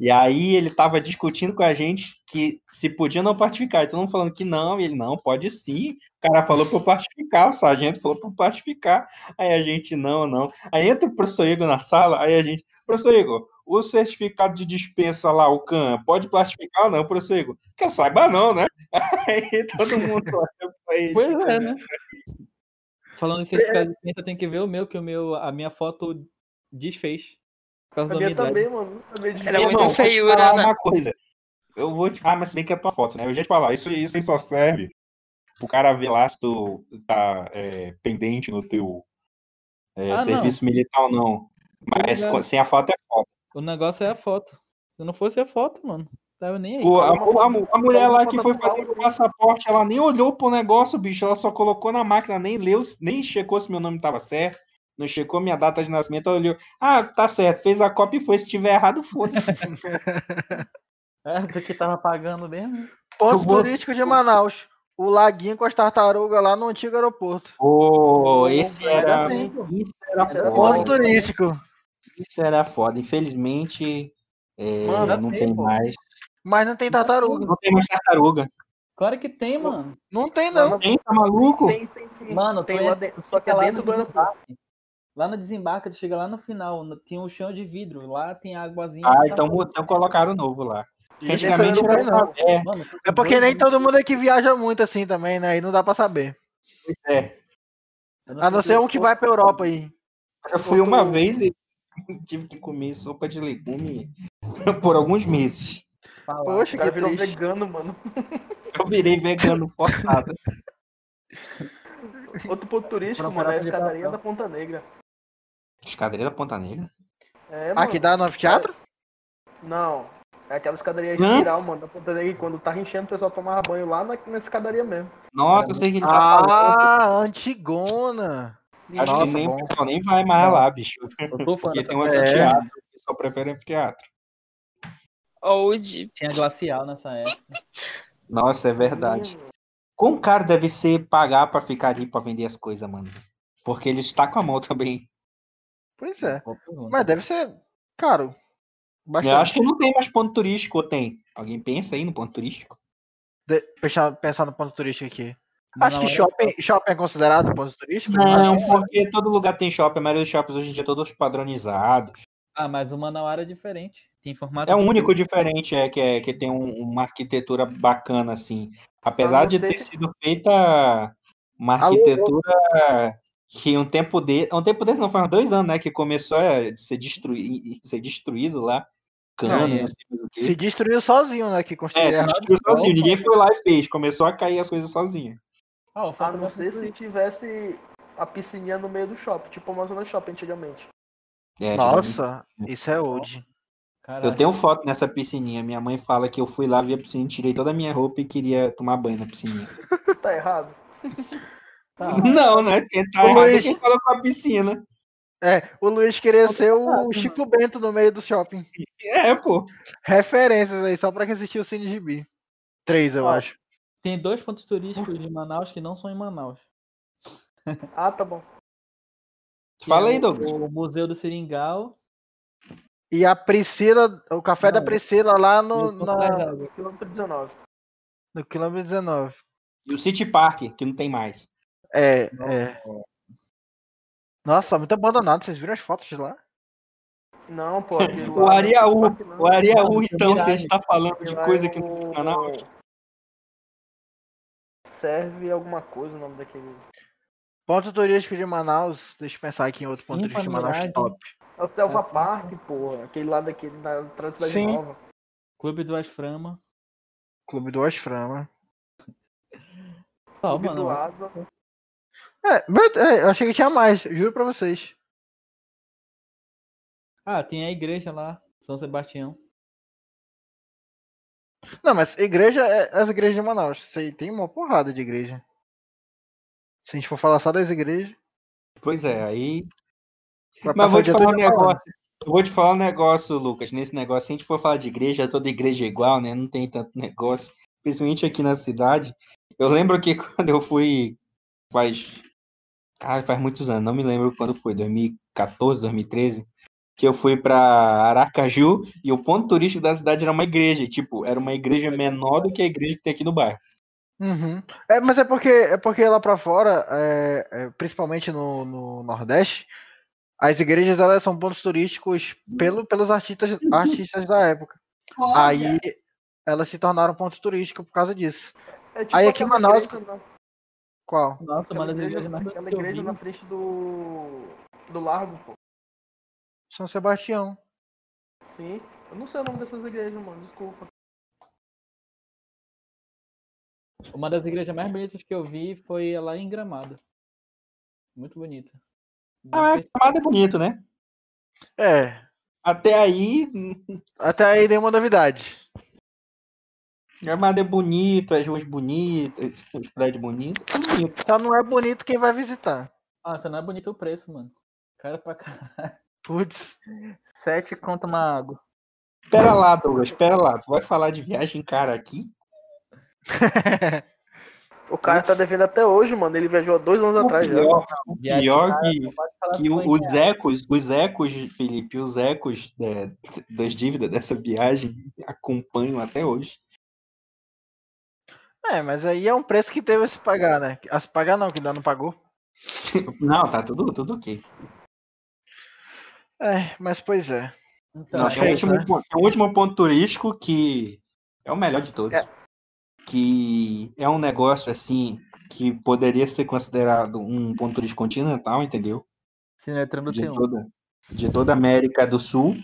E aí ele estava discutindo com a gente que se podia não plastificar. E todo mundo falando que não, e ele não, pode sim. O cara falou para plastificar, o sargento falou para plastificar. Aí a gente, não, não. Aí entra o professor Igor na sala, aí a gente, professor Igor, o certificado de dispensa lá, o CAN, pode plastificar ou não, professor Igor? Que eu saiba não, né? Aí todo mundo olha pra ele. Pois é, né? É, Falando em certificado de ciência, tem que ver o meu, que o meu, a minha foto desfez. Por causa A da minha minha idade. também, mano. A minha de- Era muito Irmão, vou te feiura, falar né? uma coisa. Eu vou te. Ah, mas se bem que é tua foto, né? Eu já te falar, isso, isso aí só serve pro cara ver lá se tu tá é, pendente no teu é, Ah, não. serviço militar ou não. Mas ligado. co- sem a foto é foto. O negócio é a foto. Se não fosse a foto, mano, tava nem aí. Pô, a, uma foto- a mu- a mulher uma lá foto que foi do fazer Paulo. o passaporte, ela nem olhou pro negócio, bicho. Ela só colocou na máquina, nem leu, nem checou se meu nome tava certo. Não checou minha data de nascimento, ela olhou. Ah, tá certo, fez a cópia e foi. Se tiver errado, foda-se. É, tu que tava pagando mesmo. né? Ponto Eu vou- turístico de Manaus. O laguinho com as tartarugas lá no antigo aeroporto. Ô, esse Não, assim, era. não, não. Isso era Era Ponto Olha. foda. turístico. Isso era foda. Infelizmente, é, Mano, não tem, tem pô. mais. Mas não tem tartaruga. Não tem mais tartaruga. Claro que tem, mano. Não tem, Lá não. no- Tem, tá maluco? Tem, tem, sim. Mano, Tem tu lá entra- dentro. Só que é fica lá dentro no do aeroporto. Lá no desembarque, tu chega lá no final, no- tem um chão de vidro, lá tem a águazinha. Ah, que tá- então, mu- então colocaram o novo lá. Porque E antigamente dentro do era um aeroporto, caverna. Mano, tu tem É porque dois nem minutos, todo mundo aqui viaja muito assim também, né? E não dá pra saber. Pois é. eu A não sei ser se- um que vai pra Europa aí. Eu fui uma Outro- vez e tive que comer sopa de legume por alguns meses. falar. Poxa, que O cara virou triste. vegano, mano. Eu virei vegano forçado. Outro ponto Pra turístico, mano, é a parar pra escadaria reparar. da Ponta Negra. Escadaria da Ponta Negra? É, Ah, mano. que dá no anfiteatro? Não. É aquela escadaria Hã? espiral, mano, da Ponta Negra, que quando tava enchendo, o pessoal tomava banho lá na, na escadaria mesmo. Nossa, eu sei que ele tá falando. Ah, antigona. Acho que nossa, nem, bom. o pessoal nem vai mais lá, bicho. Eu tô falando, Porque tem essa... um É. anfiteatro. O pessoal prefere anfiteatro. Ou de. tinha glacial nessa época. Nossa, é verdade. Sim, mano. Quão caro deve ser pagar pra ficar ali pra vender as coisas, mano? Porque eles tá com a mão também. Pois é. Boa pergunta. Mas deve ser caro. Bastante. Eu acho que não tem mais ponto turístico, ou tem? Alguém pensa aí no ponto turístico? De- pensar, pensar no ponto turístico aqui. Mas acho na que hora- shopping, shopping é considerado ponto turístico? Não, Acho que- é porque todo lugar tem shopping. A maioria dos shoppings hoje em dia é todos padronizados. Ah, mas o Manauara é diferente. Tem formato. É o de- único diferente é que, é, que tem um- uma arquitetura bacana, assim. Apesar não de ser- ter sido feita uma Ah, Alô? arquitetura que um tempo de um tempo desse não faz uns dois anos, né? Que começou a ser, destruí, ser destruído lá. Cano, é. não sei mais o quê. Se destruiu sozinho, né? Que É, construiu se errado. destruiu não, sozinho. pô. Ninguém foi lá e fez. Começou a cair as coisas sozinho. Ah, o A fato não ser se tivesse a piscininha no meio do shopping, tipo o Amazonas Shopping antigamente. É, tipo, Nossa, isso é old. Caraca. Eu tenho foto nessa piscininha. Minha mãe fala que eu fui lá, vi a piscina, tirei toda a minha roupa e queria tomar banho na piscininha. Tá errado. Tá. Não, né? Quem tá Ah. Ô, errado é Luiz. quem colocou a piscina. É, o Luiz queria ser o Chico Bento no meio do shopping. É, pô. Referências aí, só pra quem assistiu o Cine Gibi. Três, eu Ó, acho. Tem dois pontos turísticos de Manaus que não são em Manaus. Ah, tá bom. que Fala é aí, o- Douglas. O Museu do Seringal E a Priscila, o café da Não. Priscila lá e no, o Ponto tá na- das Águas. Quilômetro 19. no quilômetro 19. E o City Park, que não tem mais. É, é. Nossa, tá muito abandonado. Vocês viram as fotos de lá? Não, pô. aquele O lá- Ariaú, Parque não. o Ariaú, Não, então, se a Mirage. gente tá falando de Aquele lá coisa é que não tem o- no canal. Serve alguma coisa o nome daquele. Ponto turístico de Manaus. Deixa eu pensar aqui em outro ponto Limpa turístico de Manaus Miragem. top. É o Selva Park, porra. Aquele lá daquele da atrás da Cidade Sim. Nova. Clube do Asframa. Clube do Osframa. Só, Clube do mano. Asa. É, mas, é, eu achei que tinha mais, juro pra vocês. Ah, tem a igreja lá, São Sebastião. Não, mas igreja é as igrejas de Manaus. Sei, tem uma porrada de igreja. Se a gente for falar só das igrejas. Pois é, aí. vai Mas passar vou o te dia falar um todo falando. negócio. Eu vou te falar um negócio, Lucas. Nesse negócio, se a gente for falar de igreja, toda igreja é igual, né? Não tem tanto negócio. Principalmente aqui na cidade. Eu lembro que quando eu fui. Faz. Cara, faz muitos anos. Não me lembro quando foi. 2014, 2013. Que eu fui pra Aracaju e o ponto turístico da cidade era uma igreja. Tipo, era uma igreja menor do que a igreja que tem aqui no bairro. Uhum. É, mas é porque é porque lá pra fora, é, é, principalmente no, no Nordeste, as igrejas elas são pontos turísticos pelo, pelos artistas, artistas da época. Aí elas se tornaram ponto turístico por causa disso. É tipo Aí aqui em aquela Manaus- igreja na- Qual? Nossa, Aquela mano, as igreja, igrejas mais aquela que eu igreja vi. na frente do. do largo, pô. São Sebastião. Sim. Eu não sei o nome dessas igrejas, mano. Desculpa. Uma das igrejas mais bonitas que eu vi foi lá em Gramado. Muito bonita. Ah, é, Gramado é bonito, né? É. Até aí, hum, Até aí nenhuma novidade. Gramado é bonito, as ruas bonitas, os prédios bonitos, tudo bonito. Só não é bonito quem vai visitar. Ah, só não é bonito o preço, mano. Cara pra caralho. Putz. Sete conta uma água. Pera lá, Douglas, pera lá. Tu vai falar de viagem cara aqui? O cara tá devendo até hoje, mano. Ele viajou há dois anos O atrás né? já. pior, o Viagem, pior cara, que, só pode falar que o- cinquenta os ecos, os ecos, Felipe, os ecos é, das dívidas dessa viagem acompanham até hoje. É, mas aí é um preço que teve a se pagar, né? A se pagar não, que ainda não pagou. Não, tá tudo, tudo ok. É, mas pois é. Então, Não, tem, acho um que é isso, último, né? ponto- tem um último ponto turístico que é o melhor de todos. É. Que é um negócio assim que poderia ser considerado um ponto turístico continental, entendeu? Sinetrando De tem um. toda, de toda a América do Sul,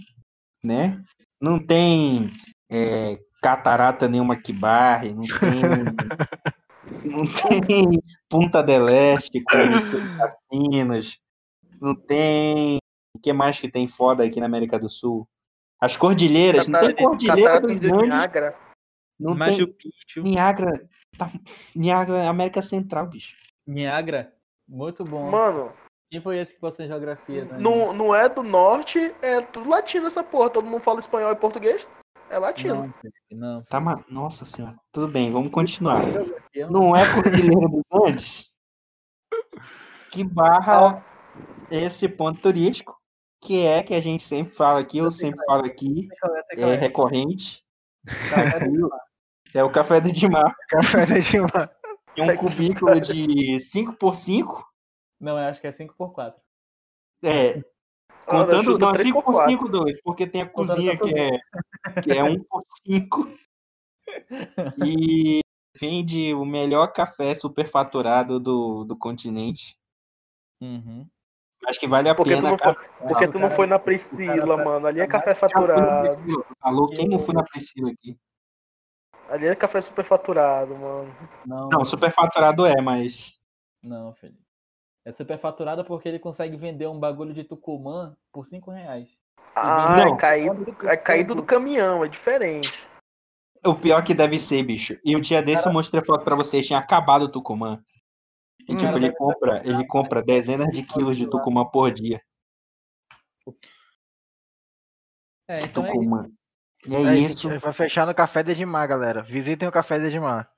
né? Não tem é, catarata nenhuma que barre, não tem, não tem Punta del Este com seus cassinos, não tem. O que mais que tem foda aqui na América do Sul? As cordilheiras, não tem cordilheira Cataratas dos do Andes, Niágara. não tem. Machu Picchu, Niagara. Tá... Niagara, América Central, bicho. Niagra. Muito bom. Mano, Quem foi Tipo esse que passou em geografia? né? não, não é do norte, é tudo latino essa porra. Todo mundo fala espanhol e português. É latino. Não, Felipe, não. Tá ma... Nossa senhora. Tudo bem, vamos continuar. Geografia é um- Não é Cordilheira dos Andes? Que barra esse ponto turístico, que é que a gente sempre fala aqui, eu sempre falo aqui, é recorrente. É o café do Edmar. Café da Edmar. É um cubículo de 5x5. Não, eu acho que é 5x4. É, Ah, velho, Contando, chuta não, é três 5 por por quatro. 5, 2, porque tem a Contando cozinha com a que é, que é 1 por 5. E vende o melhor café superfaturado do, do continente. Uhum. Acho que vale a Porque tu pena. não cara. Porque Ah, tu o não cara- foi na o Priscila, cara tá- mano. Ali é tá café Já fui na faturado. Priscila, Alô, quem não foi na Priscila aqui? Ali é café super faturado, mano. Não, Não, superfaturado é, mas. não, Felipe. É superfaturado porque ele um consegue vender um bagulho de Tucumã por 5 reais. Ah, Não. é caído, é caído do caminhão, é diferente. O pior que deve ser, bicho. E o dia desse eu mostrei foto pra vocês, tinha acabado o Tucumã. E tipo, ele compra, ele compra dezenas de quilos de Tucumã por dia. É, então é isso. Tucumã. E é, É isso. Vai fechar no Café de Edmar, galera. Visitem o Café de Edmar.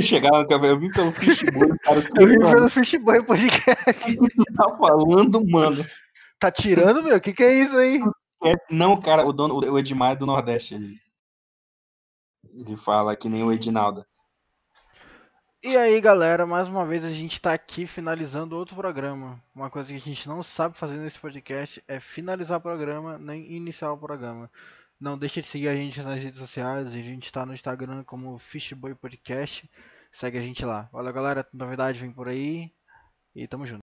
Chegaram no café, eu vim pelo fishbowl, cara. Eu vi mano, pelo Fishboy Podcast. O que tu tá falando, mano? Tá tirando, meu? O que, que é isso aí? É, não, cara, o, dono, o Edmar é do Nordeste. Ele, ele fala que nem o Edinaldo. E aí, galera, mais uma vez a gente tá aqui finalizando outro programa. Uma coisa que a gente não sabe fazer nesse podcast é finalizar o programa, nem iniciar o programa. Não deixe de seguir a gente nas redes sociais, a gente tá no Instagram como Fishboy Podcast. Segue a gente lá. Olha, galera, novidade vem por aí e tamo junto.